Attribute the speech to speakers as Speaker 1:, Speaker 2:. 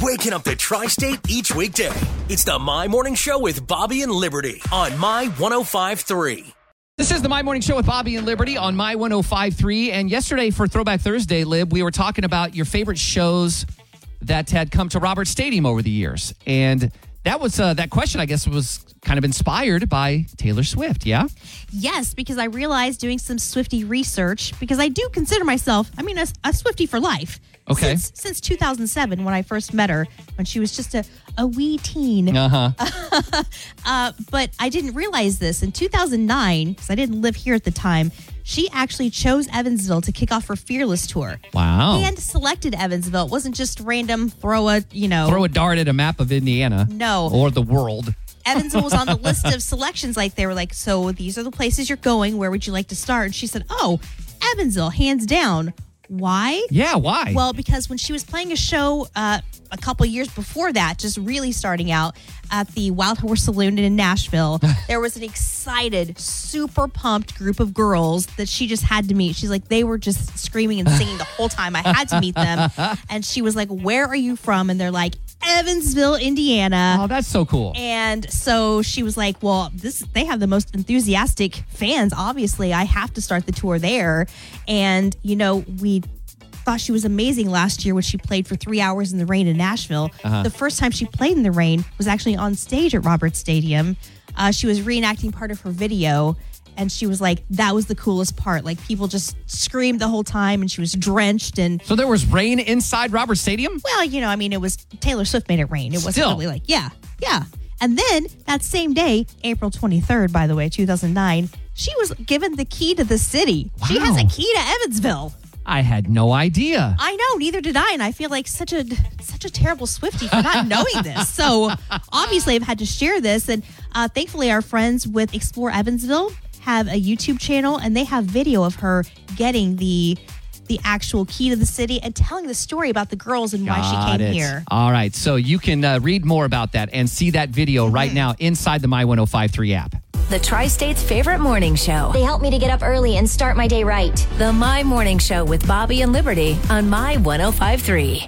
Speaker 1: waking up the tri state each weekday. It's the My Morning Show with Bobby and Liberty on My 1053.
Speaker 2: This is the My Morning Show with Bobby and Liberty on My 1053. And yesterday for Throwback Thursday, Lib, we were talking about your favorite shows that had come to Robert Stadium over the years. And that was uh, that question, I guess, was kind of inspired by Taylor Swift. Yeah.
Speaker 3: Yes, because I realized doing some Swifty research because I do consider myself, I mean, a, a Swifty for life.
Speaker 2: Okay.
Speaker 3: Since, since 2007, when I first met her, when she was just a, a wee teen.
Speaker 2: Uh huh.
Speaker 3: Uh, but I didn't realize this. In 2009, because I didn't live here at the time, she actually chose Evansville to kick off her Fearless tour.
Speaker 2: Wow.
Speaker 3: And selected Evansville. It wasn't just random throw a, you know.
Speaker 2: Throw a dart at a map of Indiana.
Speaker 3: No.
Speaker 2: Or the world.
Speaker 3: Evansville was on the list of selections. Like they were like, so these are the places you're going. Where would you like to start? And she said, oh, Evansville, hands down. Why?
Speaker 2: Yeah. Why?
Speaker 3: Well, because when she was playing a show uh, a couple years before that, just really starting out at the Wild Horse Saloon in Nashville, there was an excited, super pumped group of girls that she just had to meet. She's like, they were just screaming and singing the whole time. I had to meet them. And she was like, Where are you from? And they're like, Evansville, Indiana.
Speaker 2: oh, that's so cool.
Speaker 3: And so she was like, "Well, this they have the most enthusiastic fans. Obviously, I have to start the tour there." And you know, we thought she was amazing last year when she played for three hours in the rain in Nashville. The first time she played in the rain was actually on stage at Roberts Stadium. Uh, she was reenacting part of her video. And she was like, that was the coolest part. Like, people just screamed the whole time, and she was drenched. And,
Speaker 2: so there was rain inside Robert Stadium?
Speaker 3: well, you know, I mean, it was Taylor Swift made it rain. It wasn't
Speaker 2: Still.
Speaker 3: really like, yeah, yeah. And then that same day, April 23rd, by the way, 2009, she was given the key to the city. She has a
Speaker 2: Wow.
Speaker 3: key to Evansville.
Speaker 2: I had no idea.
Speaker 3: I know, neither did I, and I feel like such a such a terrible Swifty for not knowing this. So obviously, I've had to share this, and uh, thankfully, our friends with Explore Evansville have a YouTube channel, and they have video of her getting the the actual key to the city and telling the story about the girls and why she
Speaker 2: Got
Speaker 3: came
Speaker 2: it.
Speaker 3: here.
Speaker 2: All right. So you can uh, read more about that and see that video right
Speaker 3: Mm-hmm.
Speaker 2: now inside the My 1053 app.
Speaker 4: The Tri State's favorite morning show.
Speaker 5: They help me to get up early and start my day right.
Speaker 4: oh The My Morning Show with Bobby and Liberty on My 1053.